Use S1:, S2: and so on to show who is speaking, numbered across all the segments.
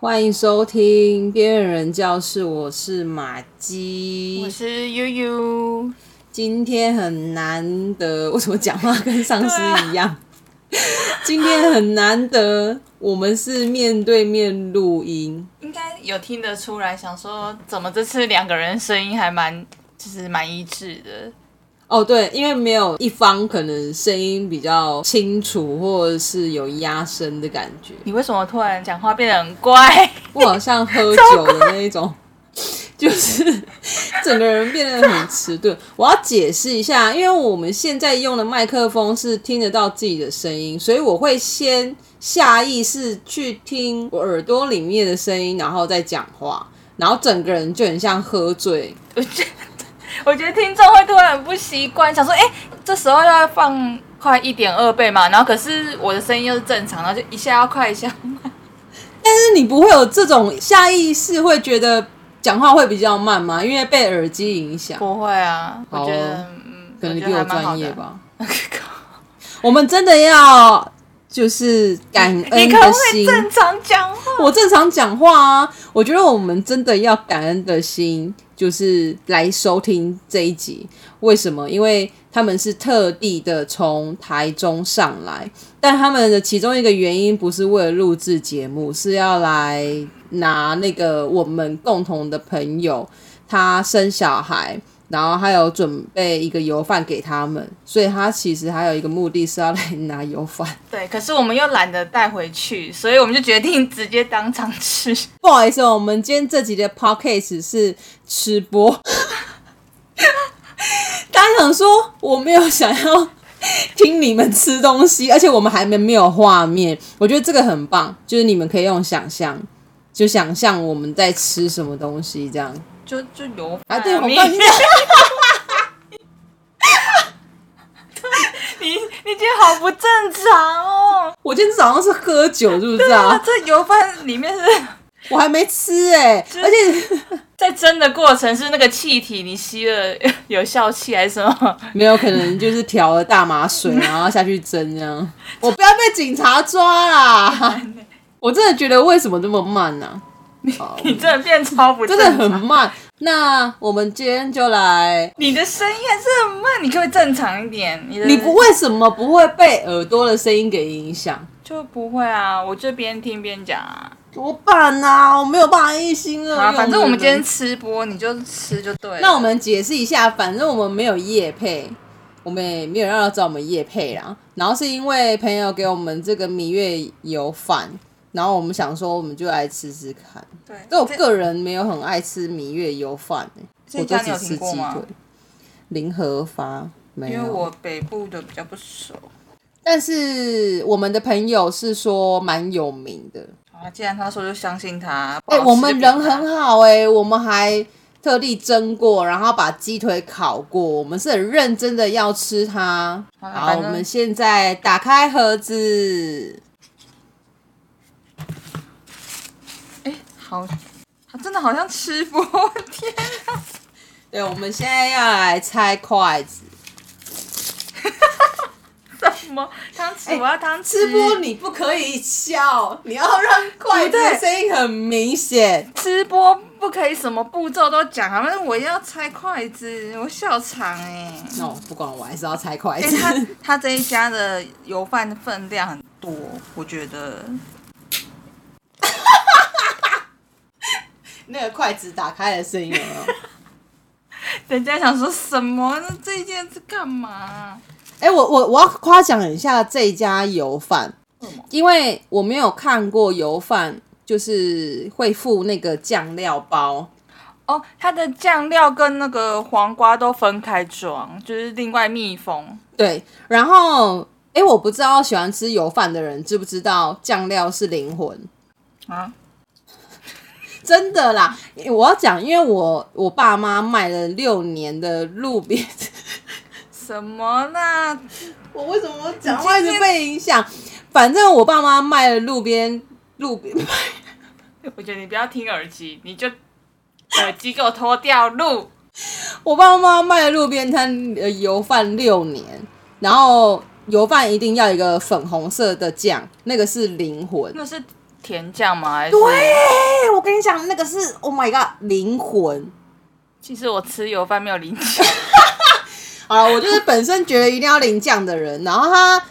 S1: 欢迎收听边缘人教室，我是马姬
S2: 我。是悠悠，
S1: 今天很难得，为什么讲话跟上司一样？今天很难得，我们是面对面录音，
S2: 应该有听得出来，想说怎么这次两个人声音还蛮就是蛮一致的，
S1: 哦，对，因为没有一方可能声音比较清楚，或者是有压声的感觉。
S2: 你为什么突然讲话变得很怪？
S1: 我好像喝酒的那一种，就是整个人变得很迟钝。我要解释一下，因为我们现在用的麦克风是听得到自己的声音，所以我会先下意识去听我耳朵里面的声音，然后再讲话，然后整个人就很像喝醉。
S2: 我觉得我觉得听众会突然很不习惯，想说哎、诶这时候要放快一点二倍嘛，然后可是我的声音又是正常，然后就一下要快一下 慢。
S1: 但是你不会有这种下意识会觉得讲话会比较慢吗？因为被耳机影响，
S2: 不会啊，我
S1: 好哦
S2: 觉得嗯，
S1: 可能你
S2: 觉
S1: 比
S2: 得
S1: 我
S2: 还蛮好
S1: 专业
S2: 的。
S1: 吧。我们真的要就是感
S2: 你
S1: 恩
S2: 可不
S1: 的
S2: 可以
S1: 心。
S2: 正常讲话？
S1: 我正常讲话啊，我觉得我们真的要感恩的心，就是来收听这一集。为什么？因为他们是特地的从台中上来，但他们的其中一个原因不是为了录制节目，是要来拿那个我们共同的朋友他生小孩。然后还有准备一个油饭给他们，所以他其实还有一个目的是要来拿油饭。
S2: 对，可是我们又懒得带回去，所以我们就决定直接当场吃。
S1: 不好意思哦，我们今天这集的 podcast 是吃播。 大家想说我没有想要听你们吃东西，而且我们还没没有画面，我觉得这个很棒，就是你们可以用想象，就想象我们在吃什么东西这样。
S2: 就就油饭
S1: 啊，对，我
S2: 你，
S1: 告诉你
S2: 你你今天好不正常哦！
S1: 我今天早上是喝酒， 是不是
S2: 啊，
S1: 啊？
S2: 这油饭里面是
S1: 我还没吃哎、而且
S2: 在蒸的过程是那个气体，你吸了有效气还是什么？
S1: 没有可能就是调了大麻水，然后下去蒸这样。 我不要被警察抓啦！ 我真的觉得为什么这么慢呢、 好
S2: 你真的变超不
S1: 真
S2: 正
S1: 的
S2: 常，
S1: 很慢。那我们今天就来，
S2: 你的声音还是很慢，你可不可以正常一点？你的
S1: 你不为什么不会被耳朵的声音给影响？
S2: 就不会啊？我就边听边讲啊。
S1: 怎么办啊？我没有办法一心二
S2: 好啊，
S1: 用。
S2: 反正我们今
S1: 对
S2: 天
S1: 不对，
S2: 吃播，你就吃就对了。
S1: 那我们解释一下，反正我们没有夜配，我们也没有让他找我们夜配啦。然后是因为朋友给我们这个蜜月油饭，然后我们想说，我们就来吃吃看。
S2: 对，
S1: 但我个人没有很爱吃蜜月油饭、欸，
S2: 这
S1: 我都
S2: 家你
S1: 只
S2: 有
S1: 吃
S2: 听过
S1: 鸡
S2: 吗
S1: 腿。零和发没
S2: 因
S1: 有，
S2: 为我北部的比较不熟
S1: 但是我们的朋友是说蛮有名的。
S2: 啊。既然他说，就相信他。
S1: 哎、
S2: 不好吃
S1: 我们
S2: 就
S1: 人
S2: 不拿
S1: 很好哎、我们还特地蒸过，然后把鸡腿烤过，我们是很认真的要吃它。
S2: 好啦
S1: 好，
S2: 反
S1: 我
S2: 正
S1: 们现在打开盒子，
S2: 哎、好，他真的好像吃播，天啊！
S1: 对，我们现在要来拆筷子。
S2: 什么汤匙？我要汤
S1: 哎
S2: 匙。
S1: 吃播你不可以笑，你要让筷子的声音很明显。
S2: 吃播不可以什么步骤都讲啊！反正我要拆筷子，我笑场哎、
S1: 那我不管，我还是要拆筷
S2: 哎、
S1: 子。
S2: 他他这一家的油饭分量很多，我 觉得。
S1: 那个筷子打开的声音有没有？
S2: 人家想说什么？那这一件是干嘛、
S1: 哎、我我我要夸奖一下这一家油饭
S2: 为什么，
S1: 因为我没有看过油饭，就是会附那个酱料包。
S2: 哦，它的酱料跟那个黄瓜都分开装，就是另外密封。
S1: 对，然后哎、我不知道喜欢吃油饭的人知不知道酱料是灵魂。
S2: 啊，
S1: 真的啦，我要讲，因为我我爸妈卖了六年的路边，
S2: 什么啦？
S1: 我为什么讲话一直被影响？反正我爸妈卖了路边路边，
S2: 我觉得你不要听耳机，你就耳机给我脱掉录。
S1: 我爸妈卖的路边摊呃油饭六年，然后油饭一定要一个粉红色的酱，那个是灵魂。
S2: 那是甜酱吗？还是
S1: 对，我跟你讲，那个是 Oh my God，灵魂。
S2: 其实我吃油饭没有淋酱，
S1: 好了，我就是本身觉得一定要淋酱的人，然后他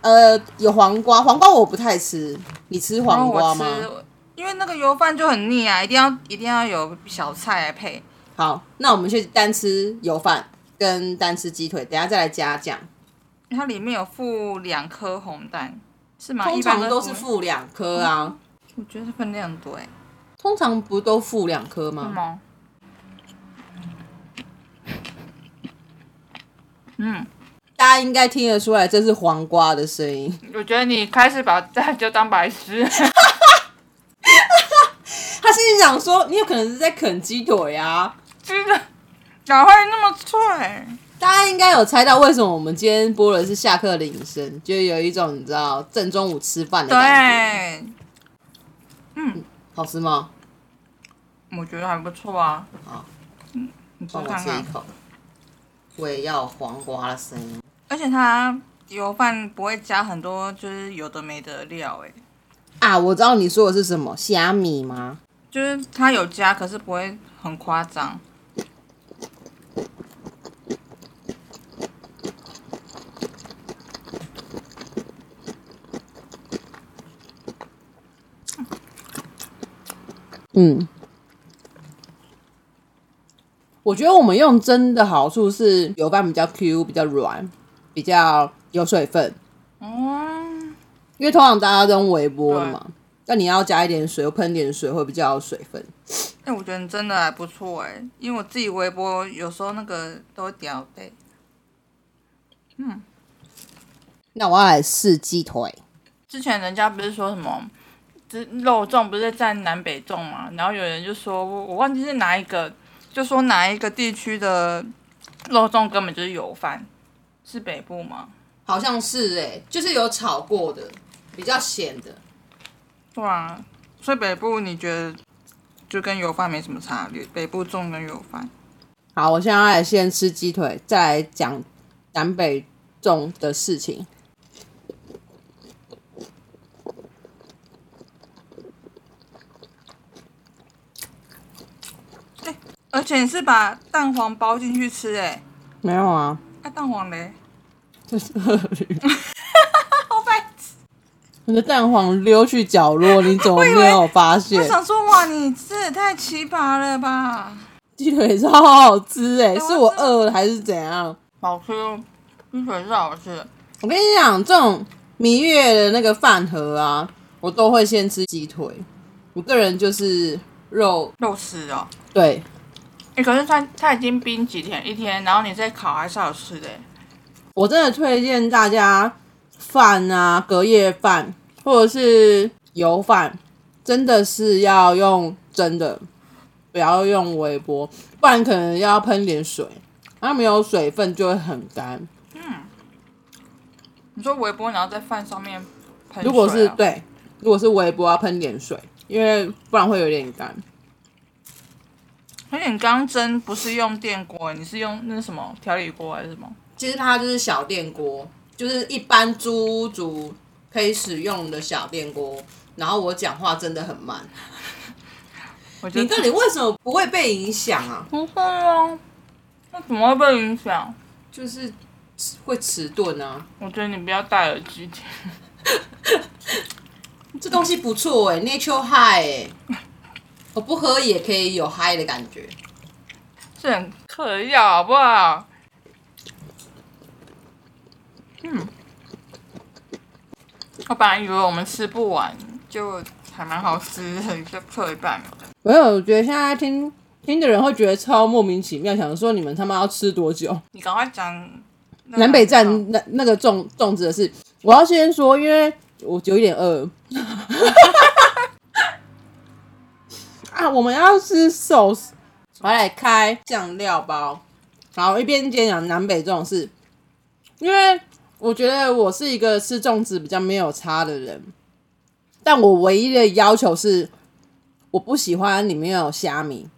S1: 呃有黄瓜，黄瓜我不太吃，你吃 黄瓜吗？
S2: 然后我吃，因为那个油饭就很腻啊，一定要一定要有小菜来配。
S1: 好，那我们去单吃油饭跟单吃鸡腿，等一下再来加酱。
S2: 它里面有附两颗红蛋，是吗？
S1: 通
S2: 啊一般
S1: 常都是
S2: 红，
S1: 付两颗啊，
S2: 我觉得分量很多哎、欸，嗯
S1: 通常不都付两颗
S2: 是
S1: 吗？
S2: 吗？嗯，
S1: 大家应该听得出来，这是黄瓜的声音。
S2: 我觉得你开始把大就当白 痴，
S1: 他心里想说，你有可能是在啃鸡腿啊。
S2: 真 的哪会那么脆？
S1: 大家应该有猜到为什么我们今天播的是下课铃声，就有一种你知道正中午吃饭的感觉，
S2: 对，嗯，
S1: 好吃吗？
S2: 我觉得还不错啊。
S1: 好，
S2: 你吃
S1: 帮我
S2: 看啊
S1: 吃一
S2: 看。
S1: 口，我也要黄瓜的声音。
S2: 而且它油饭不会加很多，就是有的没的料、欸，
S1: 啊，我知道你说的是什么，虾米吗？
S2: 就是它有加，可是不会很夸张。
S1: 嗯，我觉得我们用蒸的好处是油饭比较 Q，比较软，比较有水分，
S2: 嗯，
S1: 因为通常大家都用微波的嘛。那你要加一点水，又喷点水，会比较有水分。
S2: 哎、我觉得你真的还不错哎、因为我自己微波有时候那个都会掉背。
S1: 那我要来试鸡腿，
S2: 之前人家不是说什么，就是肉粽不是占南北粽嘛，然后有人就说我我忘记是哪一个，就说哪一个地区的肉粽根本就是油饭，是北部吗？
S1: 好像是哎、就是有炒过的，比较咸的。
S2: 对啊，所以北部你觉得就跟油饭没什么差别，北部粽跟油饭。
S1: 好，我现在要来先吃鸡腿，再来讲南北粽的事情。
S2: 而且你是把蛋黄包进去吃、欸，哎，
S1: 没有啊，
S2: 那蛋黄嘞？
S1: 这是鳄鱼。
S2: 好白痴！
S1: 你的蛋黄溜去角落，你怎么没有发现
S2: 我？想说，哇，你这也太奇葩了吧！
S1: 鸡腿超好吃哎、
S2: 哎
S1: 是我饿了还是怎样？
S2: 好吃，鸡腿是好吃的。
S1: 我跟你讲，这种蜜月的那个饭盒啊，我都会先吃鸡腿。我个人就是肉，
S2: 肉丝哦。
S1: 对，
S2: 哎、可是它它已经冰几天，一天，然后你再烤还是好吃的、欸。
S1: 我真的推荐大家饭啊，隔夜饭或者是油饭，真的是要用蒸的，不要用微波，不然可能要喷点水，它没有水分就会很干。
S2: 你说微波，然后在饭上面喷水啊、
S1: 如果是对，如果是微波要喷点水，因为不然会有点干。
S2: 而且你刚刚蒸不是用电锅、欸你是用那是什么调理锅还是什么？
S1: 其实它就是小电锅，就是一般租屋族可以使用的小电锅。然后我讲话真的很慢，
S2: 我觉
S1: 你
S2: 得
S1: 到底为什么不会被影响啊？
S2: 不会啊，那怎么会被影响？
S1: 就是会迟钝啊。
S2: 我觉得你不要戴耳机 听。
S1: 这东西不错哎、n a t u r e High 哎、我不喝也可以有嗨的感觉。
S2: 是很嗑药，好不好？嗯，我本来以为我们吃不完，就还蛮好吃的， 就嗑一半。
S1: 没有，我觉得现在听听的人会觉得超莫名其妙，想说你们他妈要吃多久？
S2: 你赶快讲那个
S1: 南北站那那个粽粽子的事，我要先说，因为我有一点饿。 啊，我们要吃寿司，我要来开酱料包。然后一边讲讲南北这种事，因为我觉得我是一个吃粽子比较没有差的人，但我唯一的要求是，我不喜欢里面有虾米，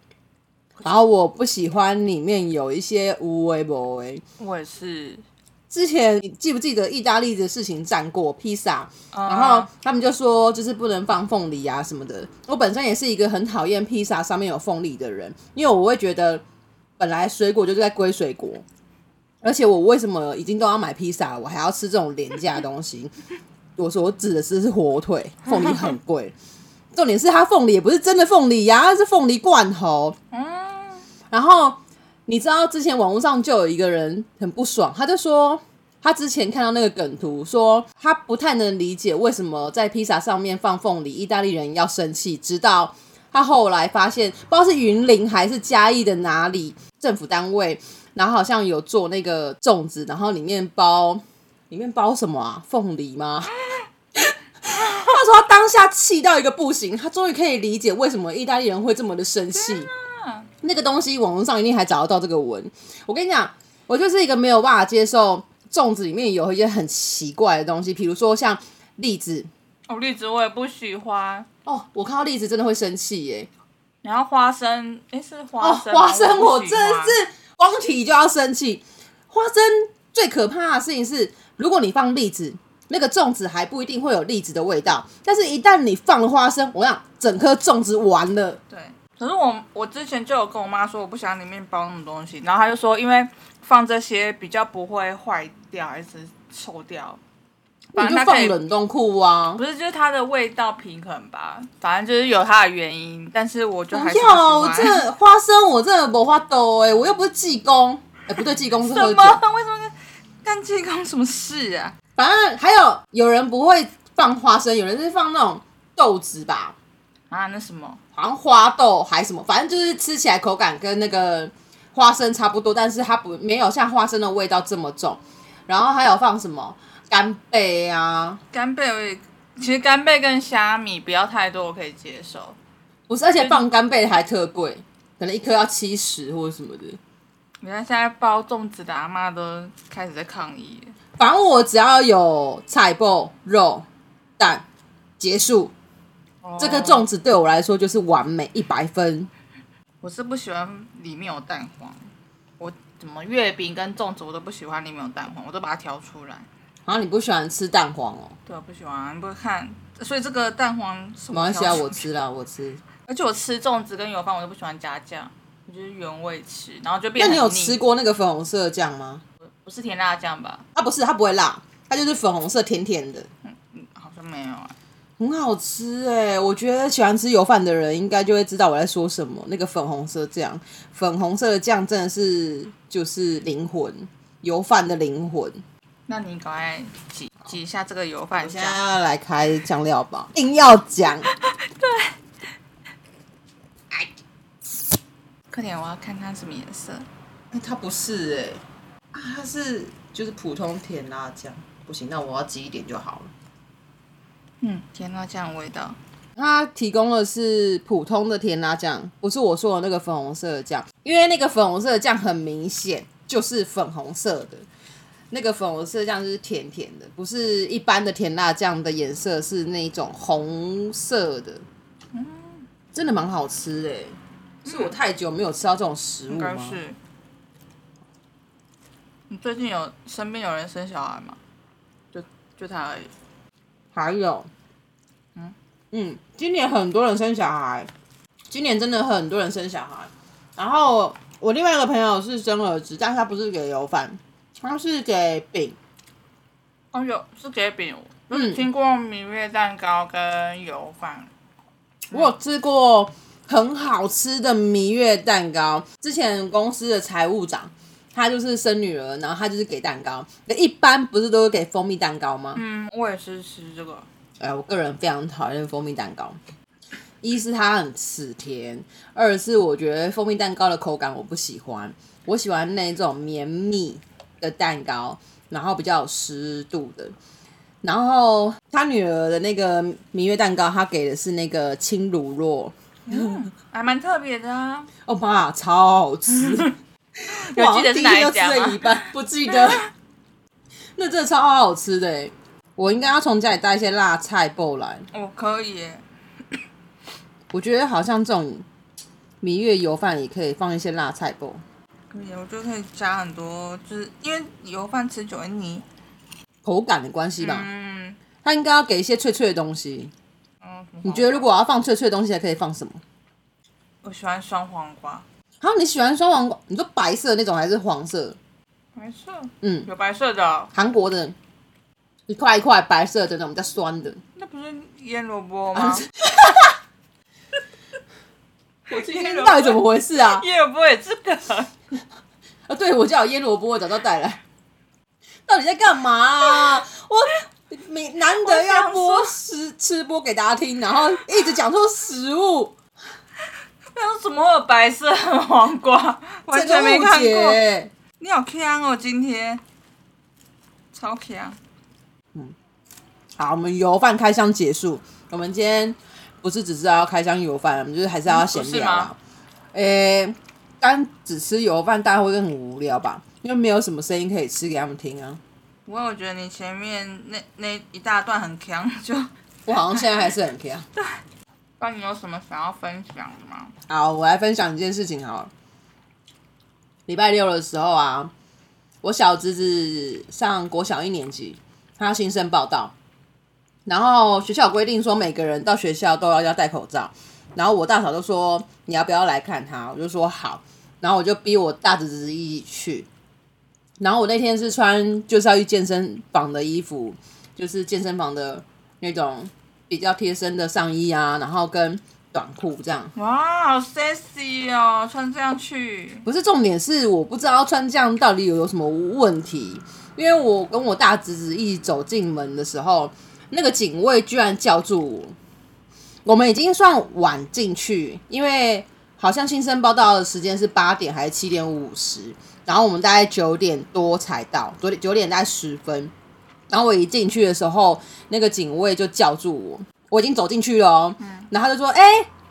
S1: 然后我不喜欢里面有一些无为不为。
S2: 我也是，
S1: 之前你记不记得意大利的事情战过披萨？
S2: 嗯
S1: 然后他们就说就是不能放凤梨啊什么的。我本身也是一个很讨厌披萨上面有凤梨的人，因为我会觉得本来水果就是在归水果，而且我为什么已经都要买披萨了，我还要吃这种廉价的东西？ 我所指的是是火腿，凤梨很贵。重点是它凤梨也不是真的凤梨呀、它是凤梨罐头。然后你知道之前网络上就有一个人很不爽，他就说他之前看到那个梗图，说他不太能理解为什么在披萨上面放凤梨，意大利人要生气，直到。他后来发现，不知道是云林还是嘉义的哪里政府单位，然后好像有做那个粽子，然后里面包 里面包什么啊？凤梨吗？他说他当下气到一个不行，他终于可以理解为什么意大利人会这么的生气。那个东西网络上一定还找得到这个文。我跟你讲，我就是一个没有办法接受粽子里面有一些很奇怪的东西，比如说像栗子。
S2: 哦，栗子我也不喜欢，
S1: 哦，我看到栗子真的会生气耶！
S2: 然后花生，诶，是花
S1: 哦，
S2: 生吗，
S1: 花生我真
S2: 不喜
S1: 的
S2: 欢
S1: 是光提就要生气。花生最可怕的事情是，如果你放栗子，那个粽子还不一定会有栗子的味道，但是一旦你放了花生，我想整颗粽子完了。
S2: 对，可是我我之前就有跟我妈说，我不喜欢里面包那种东西，然后她就说，因为放这些比较不会坏掉还是臭掉，
S1: 你
S2: 反
S1: 就
S2: 正它可
S1: 放
S2: 以
S1: 冷冻库啊！
S2: 不是就是它的味道平衡吧，反正就是有它的原因，但是我就还是
S1: 不要，我
S2: 不喜
S1: 真
S2: 欢。
S1: 的花生我真的没花兜哎、我又不是济公，哎、不对，济公是
S2: 什
S1: 喝酒。
S2: 么？为什么跟干这干什么事啊？
S1: 反正还有有人不会放花生，有人是放那种豆子吧，
S2: 啊，那什么？
S1: 好像花豆还什么，反正就是吃起来口感跟那个花生差不多，但是它不没有像花生的味道这么重。然后还有放什么干贝啊，
S2: 干贝我也，其实干贝跟虾米不要太多，我可以接受。
S1: 不是，而且放干贝还特贵，可能一颗要七十或者什么的。
S2: 你看现在包粽子的阿妈都开始在抗议了，
S1: 反正我只要有菜包、肉、蛋，结束。这个
S2: 重。
S1: 粽子对我来说就是完美一百分。
S2: 我是不喜欢里面有蛋黄，我怎么月饼跟粽子我都不喜欢里面有蛋黄，我都把它挑出来。
S1: 然后你不喜欢吃蛋黄哦？
S2: 对，我不喜欢，你不会看，所以这个蛋黄是
S1: 马
S2: 我
S1: 来西亚
S2: 挑出
S1: 啊我吃啦，我吃。
S2: 而且我吃粽子跟油饭我都不喜欢加酱，我就是原味吃，然后就 变
S1: 那
S2: 得
S1: 你有
S2: 很腻
S1: 吃？过那个粉红色的酱吗？
S2: 不是甜辣酱吧？
S1: 啊它不是，它不会辣，它就是粉红色甜甜的，
S2: 嗯，好像没有啊。
S1: 很好吃哎、我觉得喜欢吃油饭的人应该就会知道我在说什么。那个粉红色酱，粉红色的酱真的是就是灵魂，油饭的灵魂。
S2: 那你赶快挤挤一下这个油饭
S1: 我现
S2: 酱。
S1: 在要来开酱料吧，硬要 讲。
S2: 快点，我要看它什么颜色。
S1: 哎它不是哎、啊它是就是普通甜辣酱，不行，那我要挤一点就好了。
S2: 嗯，甜辣酱的味道。
S1: 它提供的是普通的甜辣酱，不是我说的那个粉红色的酱，因为那个粉红色的酱很明显就是粉红色的，那个粉红色的酱就是甜甜的，不是一般的甜辣酱的颜色是那一种红色的，
S2: 嗯
S1: 真的蛮好吃哎、是我太久没有吃到这种食物
S2: 应
S1: 吗
S2: 该？是。你最近有身边有人生小孩吗？就就他而已。
S1: 还有，嗯嗯，今年很多人生小孩，今年真的很多人生小孩。然后我另外一个朋友是生儿子，但是他不是给油饭，他是给饼。
S2: 哦，有是给饼，我
S1: 嗯
S2: 听过蜜月蛋糕跟油饭。
S1: 我有吃过很好吃的蜜月蛋糕，之前公司的财务长。他就是生女儿，然后他就是给蛋糕。一般不是都是给蜂蜜蛋糕吗？
S2: 嗯，我也是吃这个。
S1: 哎，我个人非常讨厌蜂蜜蛋糕。一是它很死甜，二是我觉得蜂蜜蛋糕的口感我不喜欢，我喜欢那种绵密的蛋糕，然后比较有湿度的。然后他女儿的那个蜜月蛋糕，他给的是那个轻乳酪，
S2: 还蛮特别的啊，
S1: 哦妈，超好吃！
S2: 有
S1: 哇
S2: 记得是
S1: 第一
S2: 哪
S1: 天就
S2: 一
S1: 吃
S2: 家吗
S1: 了一半，不记得。 那真的超好吃的欸，我应该要从家里带一些辣菜包来。
S2: 我可以耶。
S1: 我觉得好像这种芈月油饭也可以放一些辣菜包。
S2: 可可以，我觉得可以加很多，就是因为油饭吃久会腻。
S1: 口感的关系吧，
S2: 嗯，
S1: 它应该要给一些脆脆的东西。
S2: 嗯
S1: 你觉得如果我要放脆脆的东西，还可以放什么？
S2: 我喜欢酸黄瓜，
S1: 好，你喜欢双黄瓜？你说白色的那种还是黄色？
S2: 白色，
S1: 嗯，
S2: 有白色的哦，
S1: 韩国的，一块一块白色的那种比较酸的。
S2: 那不是腌萝卜
S1: 啊
S2: 吗？我是腌萝卜，
S1: 嗯到底怎么回事啊？
S2: 腌萝卜也这个？
S1: 啊，对，我叫腌萝卜，我早就带来。到底在干嘛啊、我你难得要播
S2: 我
S1: 吃吃播给大家听，然后一直讲出食物，
S2: 那有什么有白色的黄瓜？完
S1: 这个
S2: 全没看
S1: 误
S2: 过。
S1: 解。
S2: 你好强哦，今天超强。
S1: 好，我们油饭开箱结束。我们今天不是只知道要开箱油饭，我们就是还是要闲聊啦。诶、单只吃油饭，大家会更无聊吧？因为没有什么声音可以吃给他们听啊。
S2: 不过我觉得你前面那那一大段很强，就
S1: 我好像现在还是很 c
S2: 那你有什么想要分享的吗？
S1: 好，我来分享一件事情好了。礼拜六的时候啊，我小侄子上国小一年级，他新生报道，然后学校有规定说每个人到学校都要要戴口罩，然后我大嫂就说你要不要来看他，我就说好，然后我就逼我大侄子一起去，然后我那天是穿就是要去健身房的衣服，就是健身房的那种比较贴身的上衣啊，然后跟短裤这样。
S2: 哇，好 sexy 哦，穿这样去。
S1: 不是重点是我不知道穿这样到底有有什么问题，因为我跟我大侄子一起走进门的时候，那个警卫居然叫住我。我们已经算晚进去，因为好像新生报道的时间是八点还是七点五十，然后我们大概九点多才到，九点九点大概十分。然后我一进去的时候，那个警卫就叫住我，我已经走进去了、哦，然后他就说：“哎、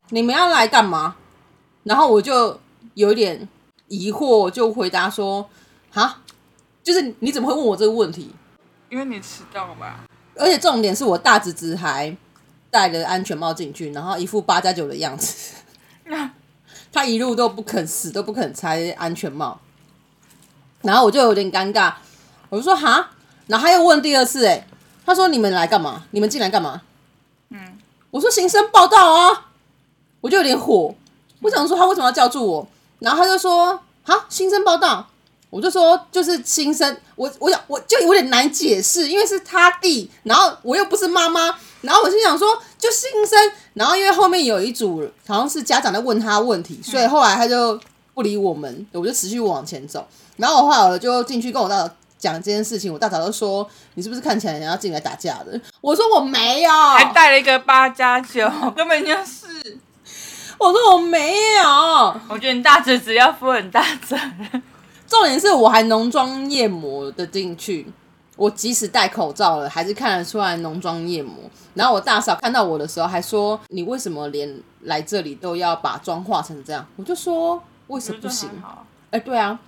S1: 你们要来干嘛？”然后我就有一点疑惑，就回答说：“哈，就是你怎么会问我这个问题？
S2: 因为你迟到吧？
S1: 而且重点是我大侄子还戴了安全帽进去，然后一副八加九的样子，哦他一路都不肯死都不肯拆安全帽，然后我就有点尴尬，我就说哈，然后他又问第二次、欸，哎，他说你们来干嘛？你们进来干嘛？
S2: 嗯，
S1: 我说行生报道啊，我就有点火，我想说他为什么要叫住我，然后他就说啊新生报道，我就说就是新生，我我想我就有点难解释，因为是他弟，然后我又不是妈妈，然后我心想说就新生，然后因为后面有一组好像是家长在问他问题，所以后来他就不理我们，我就持续往前走，然后我后来我就进去跟我大嫂讲这件事情，我大嫂就说你是不是看起来人家进来打架的？我说我没有，
S2: 还带了一个八加九，根本就是。
S1: 我说我没有，
S2: 我觉得你大侄子要负很大责任。
S1: 重点是我还浓妆艳抹的进去，我即使戴口罩了，还是看得出来浓妆艳抹。然后我大嫂看到我的时候还说：“你为什么连来这里都要把妆化成这样？”我就说：“为什么不行
S2: 我觉得这还好？”
S1: 哎、对啊，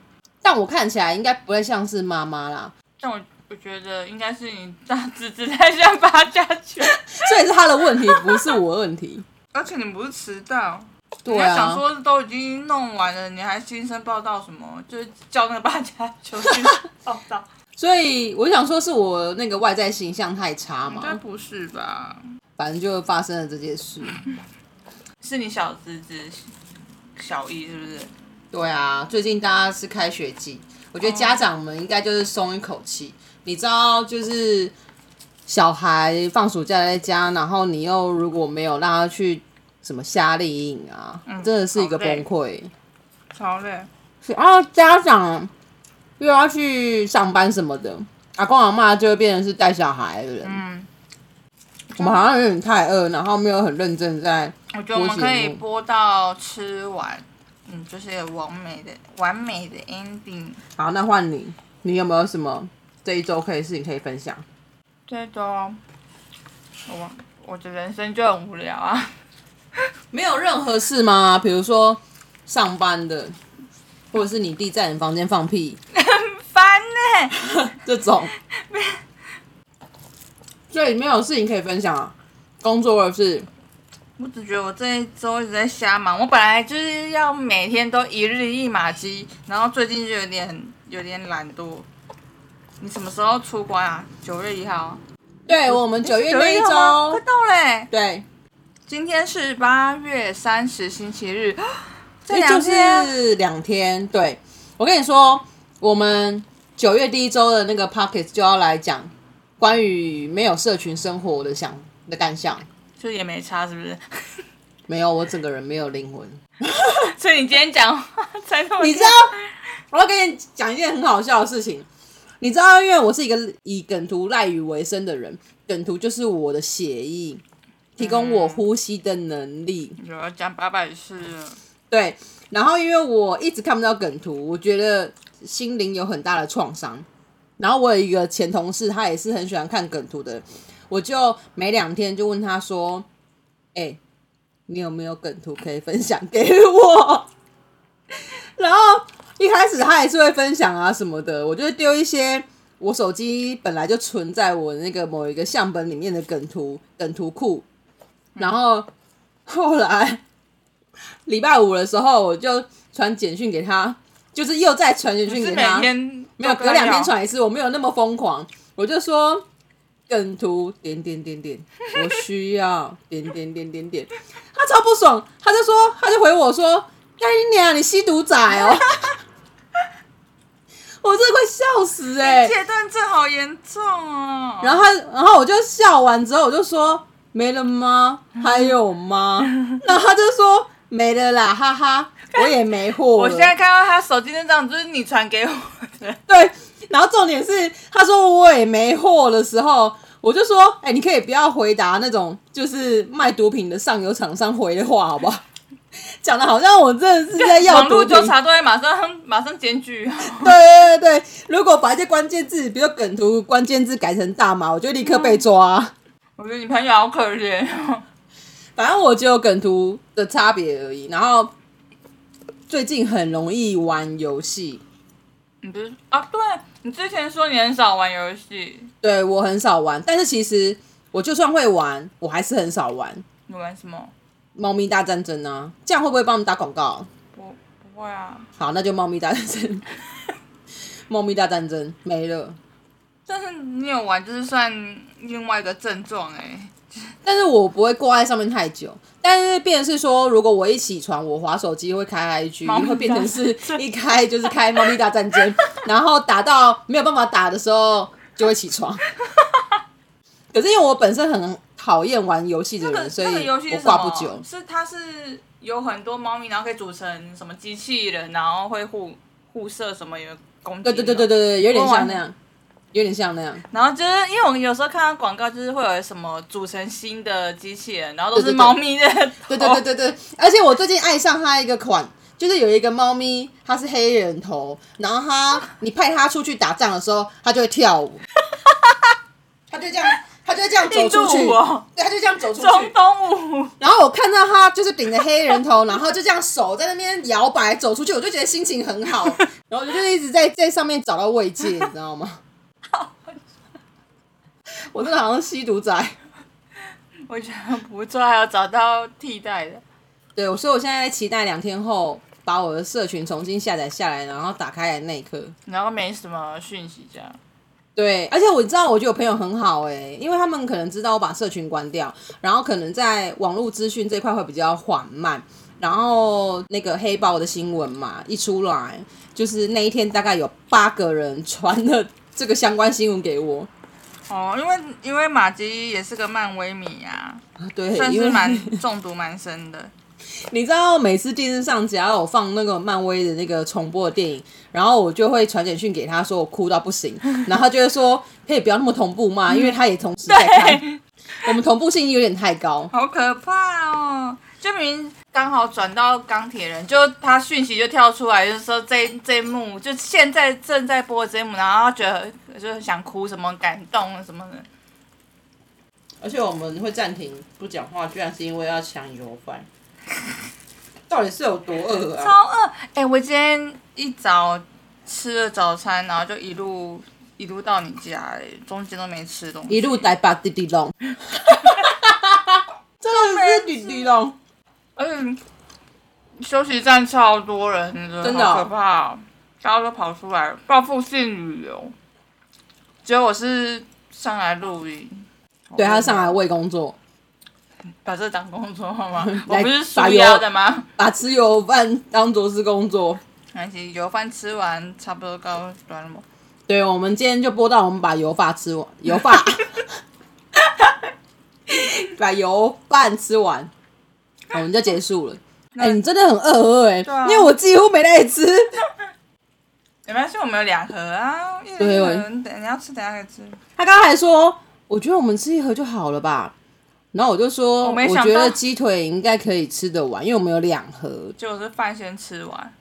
S1: 但我看起来应该不会像是妈妈啦，
S2: 但我我觉得应该是你大侄子在像八加九，
S1: 所以是她的问题，不是我的问题。
S2: 而且你不是迟到。
S1: 对
S2: 你还想
S1: 啊，
S2: 说都已经弄完了，你还新生报道什么？就是叫那个八加 九去报道？
S1: 所以我想说是我那个外在形象太差
S2: 应该
S1: 嘛，
S2: 不是吧？
S1: 反正就发生了这件事。
S2: 是你小侄子小一是不是？
S1: 对啊，最近大家是开学季，我
S2: 哦
S1: 觉得家长们应该就是松一口气。你知道，就是小孩放暑假在家，然后你又如果没有让他去什么夏令营啊，真的是一个
S2: 嗯好
S1: 崩
S2: 累
S1: 溃。
S2: 超累。
S1: 然后家长又要去上班什么的，阿公阿妈就会变成是带小孩的人。
S2: 嗯，
S1: 我们好像有点太饿，然后没有很认真在
S2: 我觉得我们
S1: 播节
S2: 可以
S1: 目
S2: 播到吃完，嗯，就是有完美的完美的 ending。
S1: 好，那换你，你有没有什么这一周可以事情可以分享？
S2: 这周哦我我的人生就很无聊啊。
S1: 没有任何事吗？比如说上班的，或者是你弟在你房间放屁
S2: 烦呢、
S1: 这种，所以没有事情可以分享啊。工作的事，
S2: 我只觉得我这一周一直在瞎忙，我本来就是要每天都一日一马鸡，然后最近就有点有点懒惰。你什么时候出关啊？九月一号。
S1: 对我们九月那一
S2: 9吗快
S1: 周，
S2: 到嘞！
S1: 对，
S2: 今天是八月三十星期日， 这
S1: 那就
S2: 两天、
S1: 是啊两天。对，我跟你说，我们九月第一周的那个 pocket 就要来讲关于没有社群生活的想的感想。
S2: 就也没差，是不是？
S1: 没有，我整个人没有灵魂。
S2: 所以你今天讲话才那么，
S1: 你知道， 我要跟你讲一件很好笑的事情。你知道，因为我是一个以梗图赖以为生的人，梗图就是我的血液，提供我呼吸的能力。
S2: 有要讲八百次了，
S1: 对，然后因为我一直看不到梗图，我觉得心灵有很大的创伤。然后我有一个前同事，他也是很喜欢看梗图的人，我就每两天就问他说：“哎、你有没有梗图可以分享给我？” 然后一开始他也是会分享啊什么的，我就丢一些我手机本来就存在我那个某一个相本里面的梗图梗图库，
S2: 嗯
S1: 然后后来礼拜五的时候，我就传简讯给他，就是又再传简
S2: 你
S1: 讯
S2: 是
S1: 给
S2: 每
S1: 他，
S2: 天
S1: 啊没有
S2: 都
S1: 隔
S2: 跟他
S1: 两天
S2: 聊
S1: 传一次，我没有那么疯狂，我就说梗图点点点点，我需要点点点点点，他超不爽，他就说他就回我说干你娘，你吸毒仔哦， 我真的快笑死哎、
S2: 戒断症好严重哦。
S1: 然后他，然后我就笑完之后，我就说没了吗？还有吗？然后他就说没了啦，哈 哈，我也没货了。
S2: 我现在看到他手机那张，就是你传给我的，
S1: 对，然后重点是他说我也没货的时候，我就说，哎、你可以不要回答那种就是卖毒品的上游厂商回的话，好不 好？讲的好像我真的是在要
S2: 网
S1: 毒
S2: 络
S1: 品
S2: 纠，察队马上马上检 举。
S1: 对对对对，如果把一些关键字，比如梗图关键字改成大麻，我就立刻
S2: 嗯
S1: 被抓。
S2: 我觉得你朋友好可怜哦。
S1: 反正我只有梗图的差别而已。然后最近很容易玩游戏，
S2: 你不是啊？对，你之前说你很少玩游戏，
S1: 对我很少玩，但是其实我就算会玩，我还是很少玩。
S2: 你玩什么？
S1: 猫咪大战争啊，这样会不会帮我们打广告？
S2: 我不会啊，
S1: 好，那就猫咪大战争。 猫咪大战争没了，
S2: 但是你有玩，就是算另外一个症状哎、
S1: 但是我不会挂在上面太久。但是变成是说，如果我一起床，我滑手机会开 IG，
S2: 猫咪大
S1: 会变成是一开就是开猫咪大战争，然后打到没有办法打的时候就会起 床。可是因为我本身很讨厌玩游戏的
S2: 那个
S1: 人，所
S2: 那个
S1: 以
S2: 游戏
S1: 我
S2: 是什
S1: 挂不
S2: 么
S1: 久。
S2: 是它是有很多猫咪，然后可以组成什么机器人，然后会互互射什么有攻击。
S1: 对对对对对对，有点
S2: 我玩
S1: 像那样，有点像那样。
S2: 然后就是因为我有时候看到广告，就是会有什么组成新的机器人，然后都
S1: 对
S2: 是
S1: 对对
S2: 猫咪的
S1: 对对对对对，而且我最近爱上它一个款，就是有一个猫咪，它是黑人头，然后它你派它出去打仗的时候，它就会跳舞，它就这样，它就这样走
S2: 印
S1: 出去
S2: 度舞，哦，
S1: 对，它就这样走出
S2: 中
S1: 去。
S2: 东舞，
S1: 然后我看到它就是顶着黑人头，然后就这样手在那边摇摆走出去，我就觉得心情很好，然后我就一直在在上面找到慰藉，你知道吗？我真的好像吸毒仔。
S2: 我觉得不错，还有找到替代的。
S1: 对，所以我现在在期待两天后把我的社群重新下载下来，然后打开来那一刻。
S2: 然后没什么讯息这样，
S1: 对，而且我知道，我觉得我朋友很好哎、因为他们可能知道我把社群关掉，然后可能在网络资讯这块会比较缓慢。然后那个黑豹的新闻嘛，一出来，就是那一天大概有八个人传了这个相关新闻给我。
S2: 哦，因为因为马吉也是个漫威迷啊，
S1: 啊对，
S2: 算
S1: 因
S2: 是
S1: 为
S2: 蛮中毒蛮深的。
S1: 你知道每次电视上只要有放那个漫威的那个重播的电影，然后我就会传简讯给他说我哭到不行，然后他就会说可以不要那么同步嘛，因为他也同时在看，
S2: 对，
S1: 我们同步性有点太高。
S2: 好可怕哦！就明明刚好转到钢铁人，就他讯息就跳出来，就是说这这一幕就现在正在播的这一幕，然后觉得就是想哭，什么感动什么的。
S1: 而且我们会暂停不讲话，居然是因为要抢油饭， 到底是有多饿啊？
S2: 超饿！哎、我今天一早吃了早餐，然后就一路一路到你家、哎，中间都没吃东西。
S1: 一路呆巴滴滴龙， 真的是吕吕龙，
S2: 嗯，休息站超多人的，
S1: 真的哦
S2: 好可怕、哦，大家都跑出来报复性旅游。结果我是上来录音，
S1: 对他上来为工作，？
S2: 把这当工作吗 我不是
S1: 打
S2: 属
S1: 油
S2: 腰的吗？
S1: 把吃油饭当做是工作。
S2: 而且油饭吃完差不多告一段落。
S1: 对，我们今天就播到我们把油发吃完，油 发，把油饭吃完，我们就结束了。哎、你真的很饿哎、
S2: 对啊
S1: 因为我几乎没在吃。
S2: 没关系，我们有两盒啊，一人
S1: 对
S2: 一
S1: 我
S2: 盒，你等你要吃，等一下可以吃。
S1: 他刚才说，我觉得我们吃一盒就好了吧。然后我就说，
S2: 我
S1: 我
S2: 没想到
S1: 觉得鸡腿应该可以吃得完，因为我们有两盒，
S2: 结果是饭先吃完，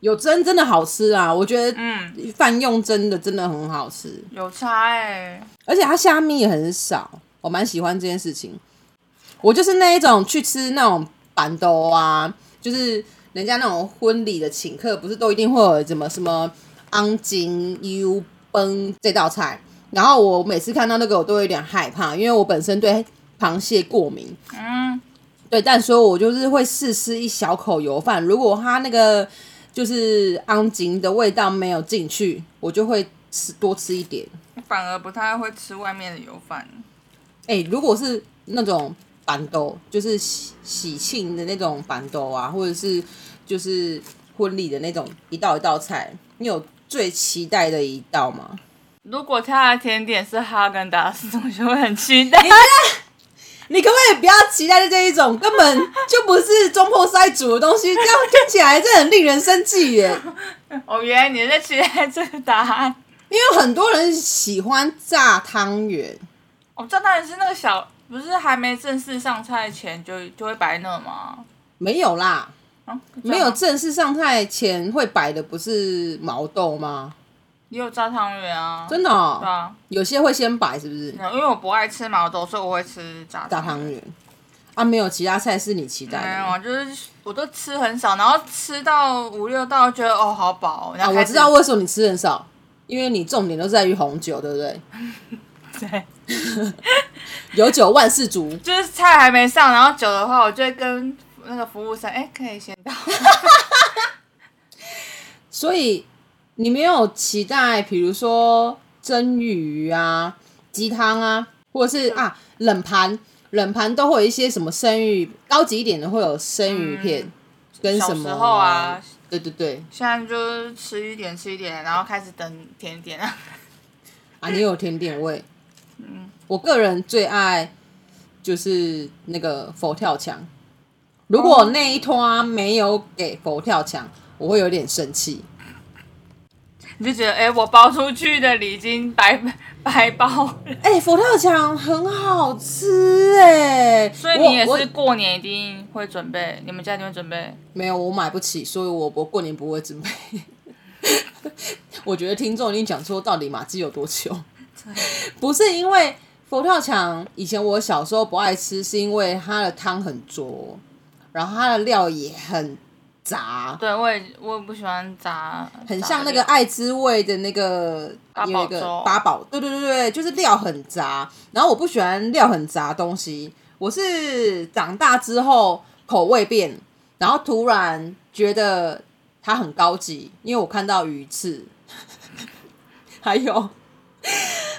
S1: 有蒸真的好吃啊！我觉得
S2: 嗯，
S1: 饭用蒸的真的很好吃，
S2: 有差哎、
S1: 而且它虾米也很少，我蛮喜欢这件事情。我就是那一种去吃那种板豆啊，就是人家那种婚礼的请客，不是都一定会有什么什么昂金 U 崩这道菜。然后我每次看到那个，我都有点害怕，因为我本身对螃蟹过敏。
S2: 嗯，
S1: 对，但所以我就是会试吃一小口油饭，如果它那个就是昂金的味道没有进去，我就会吃多吃一点。
S2: 反而不太会吃外面的油饭。
S1: 哎、如果是那种板豆，就是喜喜庆的那种板豆啊，或者是就是婚礼的那种一道一道菜，你有最期待的一道吗？
S2: 如果他的甜点是哈根达斯，我就会很期 待。
S1: 你可不可以不要期待这一种根本就不是中破塞煮的东西？这样听起来这很令人生气耶！
S2: 哦，原来你在期待这个答案。
S1: 因为很多人喜欢炸汤圆，
S2: 哦，这当然是那个小，不是还没正式上菜前就就会摆那吗？
S1: 没有啦，
S2: 啊，是这样吗
S1: 没有正式上菜前会摆的不是毛豆吗？
S2: 也有炸汤圆啊，
S1: 真的、
S2: 对
S1: 哦，
S2: 啊。
S1: 有些会先摆，是不是？
S2: 因为我不爱吃毛豆，所以我会吃炸
S1: 大
S2: 汤
S1: 汤圆啊，没有其他菜是你期待
S2: 没
S1: 的
S2: 有
S1: 吗。
S2: 啊，就是我都吃很少，然后吃到五六道，觉得哦好饱哦，然
S1: 啊，
S2: 后、
S1: 我知道，为什么你吃很少，因为你重点都是在于红酒，对不对？
S2: 对，
S1: 有酒万事足，
S2: 就是菜还没上，然后酒的话，我就会跟那个服务生，哎，可以先到。
S1: 所以你没有期待，比如说蒸鱼啊、鸡汤啊，或者是啊冷盘，冷盘都会有一些什么生鱼，高级一点的会有生鱼片、跟
S2: 嗯小
S1: 什
S2: 时
S1: 么
S2: 候啊，
S1: 对对对，
S2: 现在就是吃一点吃一点，然后开始等甜点 啊。
S1: 啊，你有甜点味。
S2: 嗯
S1: 我个人最爱就是那个佛跳墙。如
S2: 哦
S1: 果那一托没有给佛跳墙，我会有点生气。
S2: 你就觉得，哎、我包出去的礼金白白包了，
S1: 哎、佛跳墙很好吃哎、
S2: 所以你也
S1: 我
S2: 是
S1: 我
S2: 过年一定会准备，你们家一定会准备。
S1: 没有，我买不起，所以我我过年不会准备。 我觉得听众已经讲说，到底马鸡有多穷？不是因为佛跳墙，以前我小时候不爱吃，是因为它的汤很浊，然后它的料也很杂，
S2: 对，我也我也不喜欢炸，
S1: 很
S2: 炸
S1: 像那
S2: 的
S1: 个
S2: 料
S1: 爱滋味的那个
S2: 八宝
S1: 有一个
S2: 粥
S1: 八宝，对对对对，就是料很杂。然后我不喜欢料很杂的东西，我是长大之后口味变，然后突然觉得它很高级，因为我看到鱼翅， 还有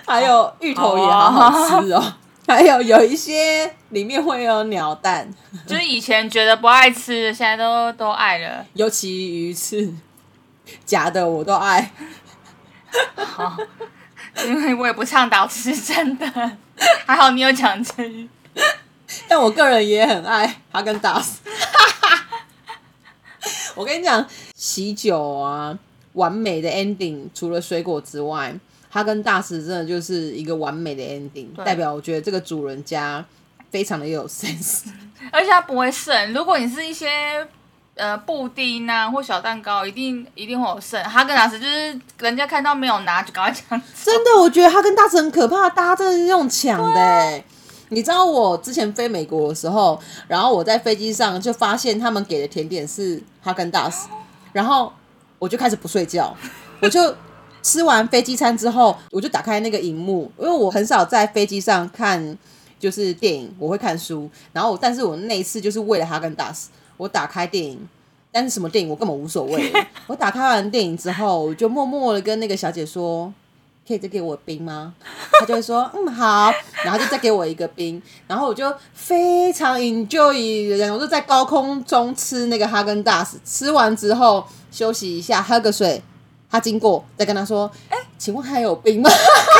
S1: 还有
S2: 哦
S1: 芋头也好好吃哦。
S2: 啊
S1: 还有有一些里面会有鸟蛋，
S2: 就是以前觉得不爱吃，现在都都爱 了。
S1: 尤其鱼翅，假的我都爱。
S2: 好，哦 因为我也不倡导吃真的， 还好你有讲这一。
S1: 但我个人也很爱哈根达斯。 我跟你讲，喜酒啊，完美的 ending，除了水果之外，哈根达斯真的就是一个完美的 ending，
S2: 对
S1: 代表我觉得这个主人家非常的有 sense。
S2: 而且它不会剩。如果你是一些呃布丁啊或小蛋糕，一定一定会有剩。哈根达斯就是人家看到没有拿就赶快抢走。
S1: 真的，我觉得哈根达斯很可怕，大家真的是用抢的、欸。你知道我之前飞美国的时候，然后我在飞机上就发现他们给的甜点是哈根达斯，然后我就开始不睡觉，我就吃完飞机餐之后，我就打开那个荧幕，因为我很少在飞机上看就是电影，我会看书，然后我但是我那一次就是为了哈根达斯，我打开电影。但是什么电影我根本无所谓。我打开完电影之后，我就默默的跟那个小姐说：“可以再给我冰吗？” 她就会说：“嗯，好。”然后就再给我一个冰，然后我就非常 enjoy 人，我就在高空中吃那个哈根达斯。吃完之后休息一下，喝个水。她经过，再跟她说：“哎、请问还有冰吗？”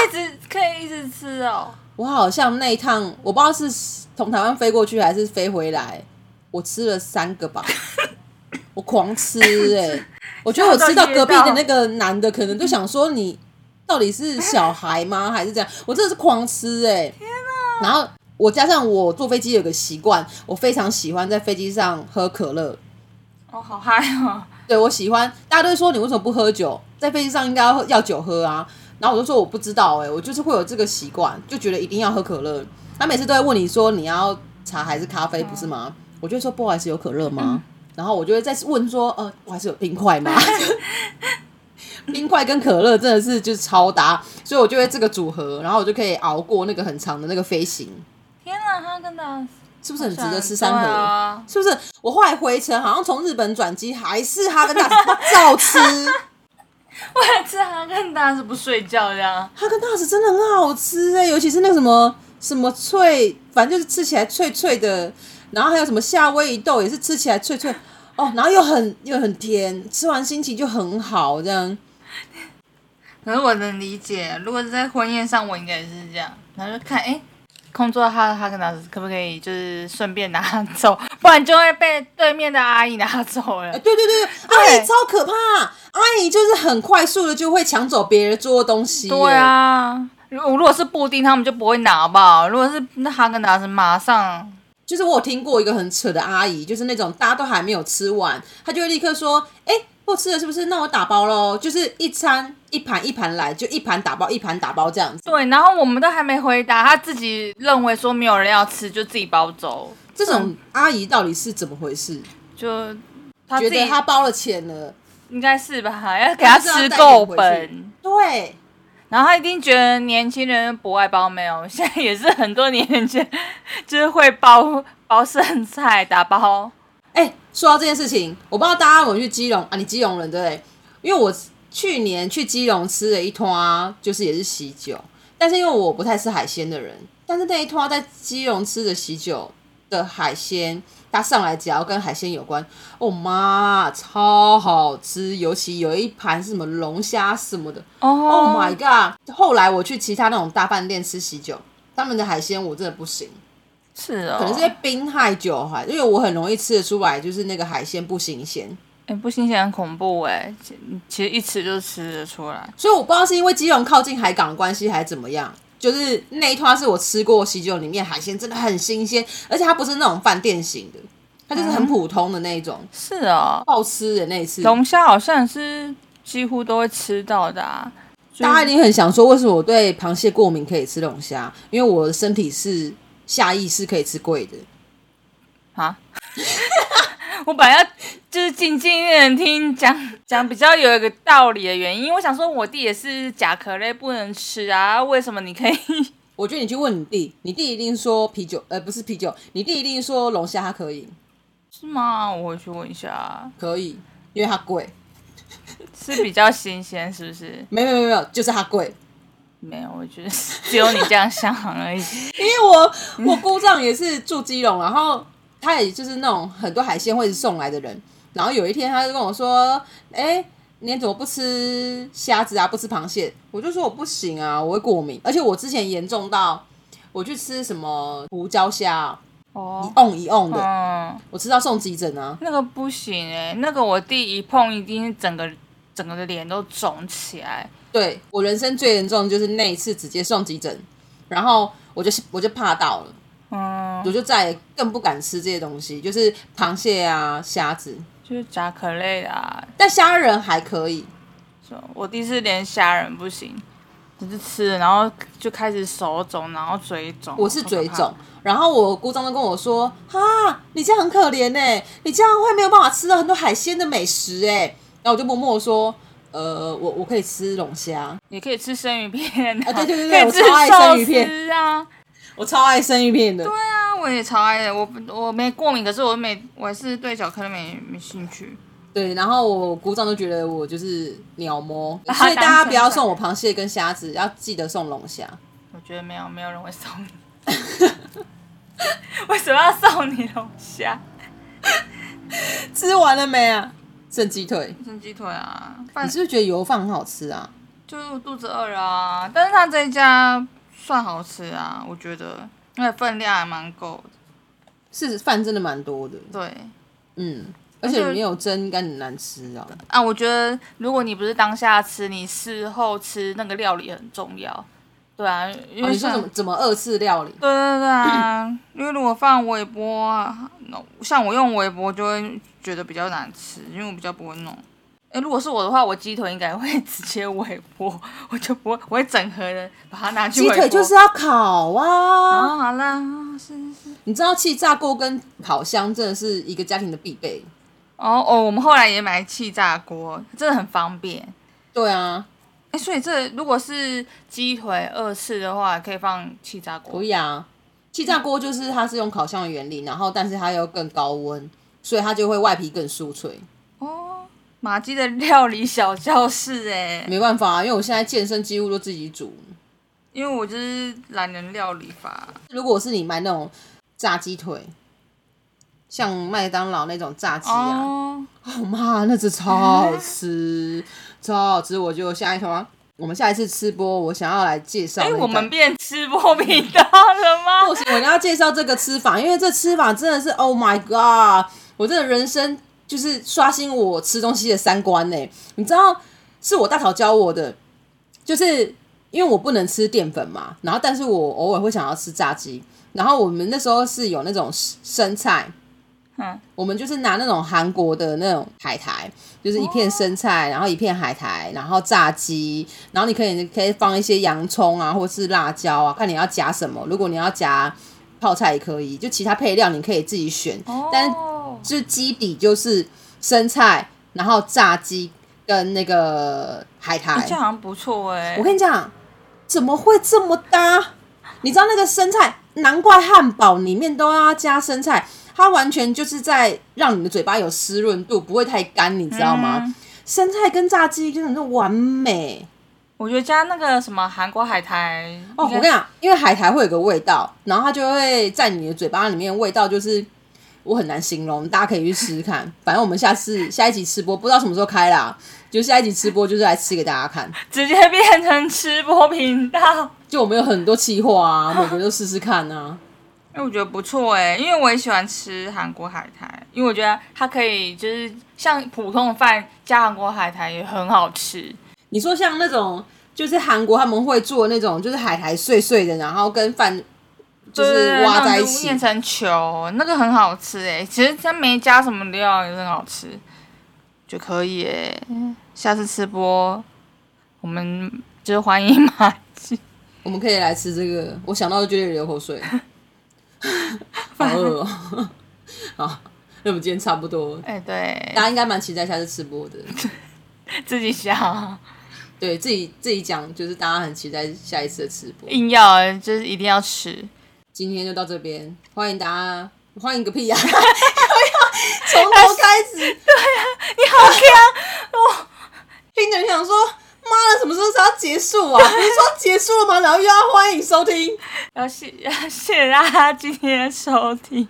S2: 可以一直可以一直吃哦。
S1: 我好像那一趟，我不知道是从台湾飞过去还是飞回来，我吃了三个 吧，我狂吃哎、 我觉得我吃到隔壁的那个男的，可能就想说你到底是小孩 吗，还是这样？我真的是狂吃哎、天哪！然后我加上我坐飞机有个习惯，我非常喜欢在飞机上喝可乐，
S2: 哦，好嗨哦！
S1: 对我喜欢，大家都会说你为什么不喝酒？在飞机上应该要喝要酒喝啊。然后我就说我不知道哎、我就是会有这个习惯，就觉得一定要喝可乐。他每次都会问你说你要茶还是咖啡，不是
S2: 嗯
S1: 吗？我就会说不好意思，有可乐吗？然后我就会再问说呃，不好意思，有冰块吗？ 冰块跟可乐真的是就是超搭，所以我就会这个组合，然后我就可以熬过那个很长的那个飞行，
S2: 天哪，哈根达斯
S1: 是不是很值得吃三盒？
S2: 对啊！
S1: 是不是？我后来回程好像从日本转机，还是哈根达斯， 他照吃。
S2: 为了吃哈根达斯不睡觉这样，
S1: 哈根达斯真的很好吃哎、尤其是那个什么什么脆，反正就是吃起来脆脆的，然后还有什么夏威夷豆也是吃起来脆脆哦，然后又很又很甜，吃完心情就很好这样。
S2: 可是我能理解，如果是在婚宴上，我应该也是这样，然后就看哎。诶空座哈哈根达斯可不可以就是顺便拿走，不然就会被对面的阿姨拿走了
S1: 哎、。对对对，阿姨超可怕，阿姨就是很快速的就会抢走别人做的东西、
S2: 对，啊，如如果是布丁，他们就不会拿，好不好？如果是那哈根达斯，马上
S1: 就是我有听过一个很扯的阿姨，就是那种大家都还没有吃完，她就会立刻说：“哎、不吃了是不是？那我打包喽。”就是一餐一盘一盘来，就一盘打包一盘打包这样子。
S2: 对，然后我们都还没回答，他自己认为说没有人要吃，就自己包走，
S1: 这
S2: 嗯
S1: 种阿姨到底是怎么回事？
S2: 就他
S1: 觉
S2: 啊自
S1: 得
S2: 己
S1: 她包了钱了，
S2: 应该是吧，要给他
S1: 她就是
S2: 吃
S1: 要带
S2: 够
S1: 回去
S2: 本。
S1: 对，
S2: 然后他一定觉得年轻人不爱包没有， 现在也是很多年轻人 就是会包包剩菜打包，
S1: 哎、说到这件事情，我不知道大家有没有去基隆啊？你基隆人对不对？因为我去年去基隆吃了一摊、就是也是喜酒，但是因为我不太吃海鲜的人，但是那一摊在基隆吃的喜酒的海鲜，它上来只要跟海鲜有关，哦妈，超好吃！尤其有一盘是什么龙虾什么的
S2: 哦、
S1: ，Oh my god！后来我去其他那种大饭店吃喜酒，他们的海鲜我真的不行。
S2: 是哦，
S1: 可能是因为冰害酒哈，因为我很容易吃得出来，就是那个海鲜不新鲜，
S2: 哎、不新鲜很恐怖哎、其其实一吃就吃得出来。
S1: 所以我不知道是因为基隆靠近海港的关系，还是怎么样。就是那一摊是我吃过喜酒里面海鲜真的很新鲜，而且它不是那种饭店型的，它就是很普通的那一种，
S2: 是哦，
S1: 爆吃的那一次。
S2: 嗯龙虾好像是几乎都会吃到的啊。就
S1: 大家一定很想说，为什么我对螃蟹过敏可以吃龙虾？因为我的身体是下意识可以吃贵的。
S2: 啊， 我本来要就是静静的听讲讲比较有一个道理的原因，我想说我弟也是甲壳类不能吃啊，为什么你可以？
S1: 我觉得你去问你弟，你弟一定说啤酒，呃，不是啤酒，你弟一定说龙虾它可以，
S2: 是吗？我回去问一下，
S1: 可以，因为它贵。
S2: 是比较新鲜是不是？
S1: 没有没有没有，就是它贵。
S2: 没有，我觉得是只有你这样想 而已。
S1: 因为我我姑丈也是住基隆，然后他也就是那种很多海鲜会送来的人。然后有一天他就跟我说：“哎、你怎么不吃虾子啊？不吃螃蟹？”我就说我不行啊，我会过敏，而且我之前严重到我去吃什么胡椒虾，一
S2: 哦，
S1: 瓮一瓮的，
S2: 嗯，
S1: 我吃到送急诊啊。
S2: 那个不行哎、那个我弟一碰一定是整个整个的脸都肿起来。
S1: 对我人生最严重的就是那一次直接送急诊，然后我就我就怕到了。
S2: 嗯，
S1: 我就再也更不敢吃这些东西，就是螃蟹啊、虾子，
S2: 就是甲壳类的啊，
S1: 但虾仁还可以。
S2: 是哦我弟是连虾仁不行，只是吃了，然后就开始手肿，然后嘴肿。
S1: 我是嘴
S2: 超可
S1: 肿
S2: 怕，，
S1: 然后我姑丈都跟我说：“哈，你这样很可怜呢、你这样会没有办法吃到很多海鲜的美食哎、然后我就默默地说：“呃，我我可以吃龙虾。
S2: 也可以吃生鱼片
S1: 啊对对对对
S2: 可以
S1: 我
S2: 吃
S1: 超爱生鱼
S2: 寿司啊，
S1: 我超爱生鱼片的。
S2: 对啊，我也超爱的。我不我没过敏，可是我没，我还是对巧克力没没兴趣。
S1: 对，然后我鼓掌都觉得我就是鸟摸，
S2: 把它
S1: 所以大
S2: 当
S1: 家
S2: 成
S1: 不要
S2: 菜
S1: 送我螃蟹跟虾子，要记得送龙 虾。
S2: 我觉得没有没有人会送你， 为什么要送你龙虾、
S1: 吃完了没啊？剩鸡腿，
S2: 生鸡腿啊？
S1: 你
S2: 饭
S1: 是不是觉得油饭很好吃啊？
S2: 就是我肚子饿了啊。但是他这一家算好吃啊，我觉得，因为分量还蛮够的。
S1: 是饭真的蛮多的，
S2: 对
S1: 嗯，而
S2: 而
S1: 且
S2: 且
S1: 没有蒸，应该很难吃啊。
S2: 啊，我觉得如果你不是当下吃，你事后吃那个料理很重要。对啊，因
S1: 哦、
S2: 为
S1: 你说
S2: 像
S1: 怎么怎么二次料理？
S2: 对对对啊，因为如果放微波啊，那像我用微波就会觉得比较难吃，因为我比较不会弄。哎，如果是我的话，我鸡腿应该会直接微波，我就不会，我会整合的把它拿去
S1: 鸡
S2: 微波。
S1: 腿就是要烤啊！
S2: 啊，好啦，是是是。
S1: 你知道气炸锅跟烤箱真的是一个家庭的必备。
S2: 哦哦，我们后来也买气炸锅，真的很方便。
S1: 对啊，
S2: 哎，所以这如果是鸡腿二次的话，可以放气炸锅
S1: 可。以啊。气炸锅就是它是用烤箱的原理，然后但是它又更高温，所以它就会外皮更酥脆。
S2: 哦，马鸡的料理小教室哎，
S1: 没办法啊，因为我现在健身几乎都自己煮。
S2: 因为我就是懒人料理法。
S1: 如果是你买那种炸鸡腿，像麦当劳那种炸鸡啊，
S2: 哦
S1: 哦妈，那只超好吃，超好吃！我就下一头啊，我们下一次吃播，我想要来介绍、
S2: 哎、
S1: 那个。
S2: 我们变吃播频道了
S1: 不
S2: 吗？
S1: 行，我一定要介绍这个吃法，因为这吃法真的是 Oh my God！我真的人生就是刷新我吃东西的三观呢。你知道，是我大嫂教我的，就是因为我不能吃淀粉嘛，然后但是我偶尔会想要吃炸鸡，然后我们那时候是有那种生菜。
S2: 嗯
S1: 我们就是拿那种韩国的那种海苔，就是一片生菜，然后一片海苔，然后炸鸡，然后你可以可以放一些洋葱啊，或是辣椒啊，看你要夹什么。如果你要夹泡菜也可以，就其他配料你可以自己选，但哎是
S2: 哦，
S1: 就基底就是生菜，然后炸鸡跟那个海苔。
S2: 哎这好像不错哎、
S1: 我跟你讲，怎么会这么搭？你知道那个生菜，难怪汉堡里面都要加生菜，它完全就是在让你的嘴巴有湿润度，不会太干，你知道吗？
S2: 嗯
S1: 生菜跟炸鸡真的是完美
S2: 我觉得加那个什么韩国海苔
S1: 哦！我跟你讲，因为海苔会有个味道，然后它就会在你的嘴巴里面，味道就是我很难形容，大家可以去试试看。 反正我们下次下一集吃播不知道什么时候开啦，就下一集吃播就是来吃给大家看。
S2: 直接变成吃播频道。
S1: 就我们有很多企划啊，每个都试试看啊。
S2: 哎，我觉得不错哎、因为我也喜欢吃韩国海苔，因为我觉得它可以就是像普通饭加韩国海苔也很好吃。
S1: 你说像那种就是韩国他们会做那种，就是海苔碎碎的，然后跟饭就
S2: 对对
S1: 是
S2: 对
S1: 挖
S2: 那
S1: 在一
S2: 种
S1: 起
S2: 捏。成球，那个很好吃哎、其实它没加什么料，也是很好吃，就可以哎、下次吃播，我们就是欢迎马吉。
S1: 我们可以来吃这个，我想到就觉得流口 水，好饿哦。 好，那我们今天差不多，
S2: 哎、
S1: 大
S2: 对，
S1: 家应该蛮期待下次吃播的。
S2: 自己想，
S1: 对自己自己讲，就是大家很期待下一次的吃播。
S2: 硬要欸就是一定要吃。
S1: 今天就到这边，欢迎大家，欢迎个屁呀、啊！ 从头开始，
S2: 哎啊你 好哦强，
S1: 听着就想说，妈的，什么时候才要结束啊？不是说结束了吗？然后又要欢迎收听。
S2: 要谢 要谢谢大家今天的收听，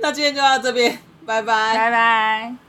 S1: 那今天就到这边，拜拜。
S2: 拜拜。